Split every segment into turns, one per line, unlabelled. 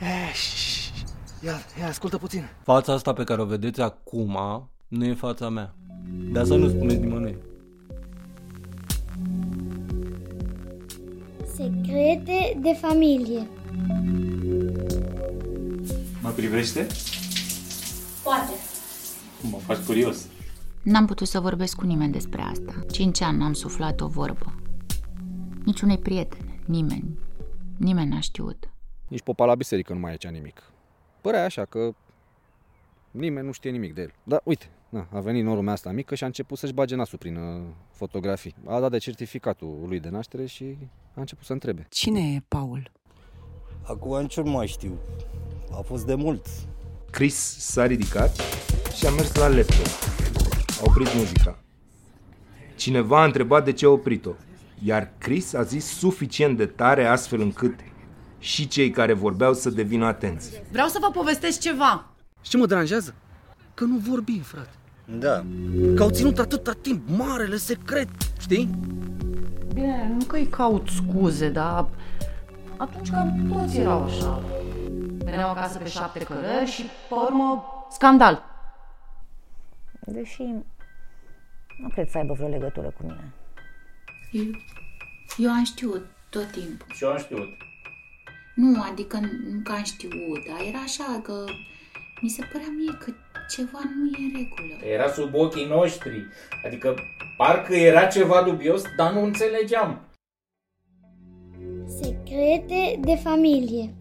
Eh, ș- ș- ș. Ia, ia, ascultă puțin.
Fața asta pe care o vedeți acum nu e fața mea. De asta nu spuneți nimănui.
Secrete de familie.
Mă privește?
Poate.
Mă faci curios.
N-am putut să vorbesc cu nimeni despre asta. Cinci ani n-am suflat o vorbă. Niciunei prietene, nimeni. Nimeni n-a știut.
Nici popa la biserică nu mai aici nimic. Părea așa că nimeni nu știe nimic de el. Dar uite, na, a venit norul asta mică și a început să-și bage nasul prin uh, fotografii. A dat de certificatul lui de naștere și a început să întrebe.
Cine e Paul?
Acum nici nu mai știu. A fost de mult.
Chris s-a ridicat și a mers la laptop. A oprit muzica. Cineva a întrebat de ce a oprit-o, iar Chris a zis suficient de tare astfel încât și cei care vorbeau să devină atenți.
Vreau să vă povestesc ceva.
Și mă deranjează? Că nu vorbim, frate.
Da.
Că au ținut atâta timp marele secret, știi?
Bine, nu că îi caut scuze, dar atunci cam toți erau așa. Veneau acasă pe șapte cărări și, pe urmă, scandal.
Deși nu cred să aibă vreo legătură cu mine.
Eu, eu am știut tot timpul.
Și eu am știut.
Nu, adică nu că am știut, dar era așa că mi se părea mie că ceva nu e în regulă.
Era sub ochii noștri. Adică parcă era ceva dubios, dar nu înțelegeam.
Secrete de familie.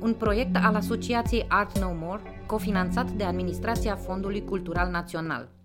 Un proiect al Asociației Art No More, cofinanțat de Administrația Fondului Cultural Național.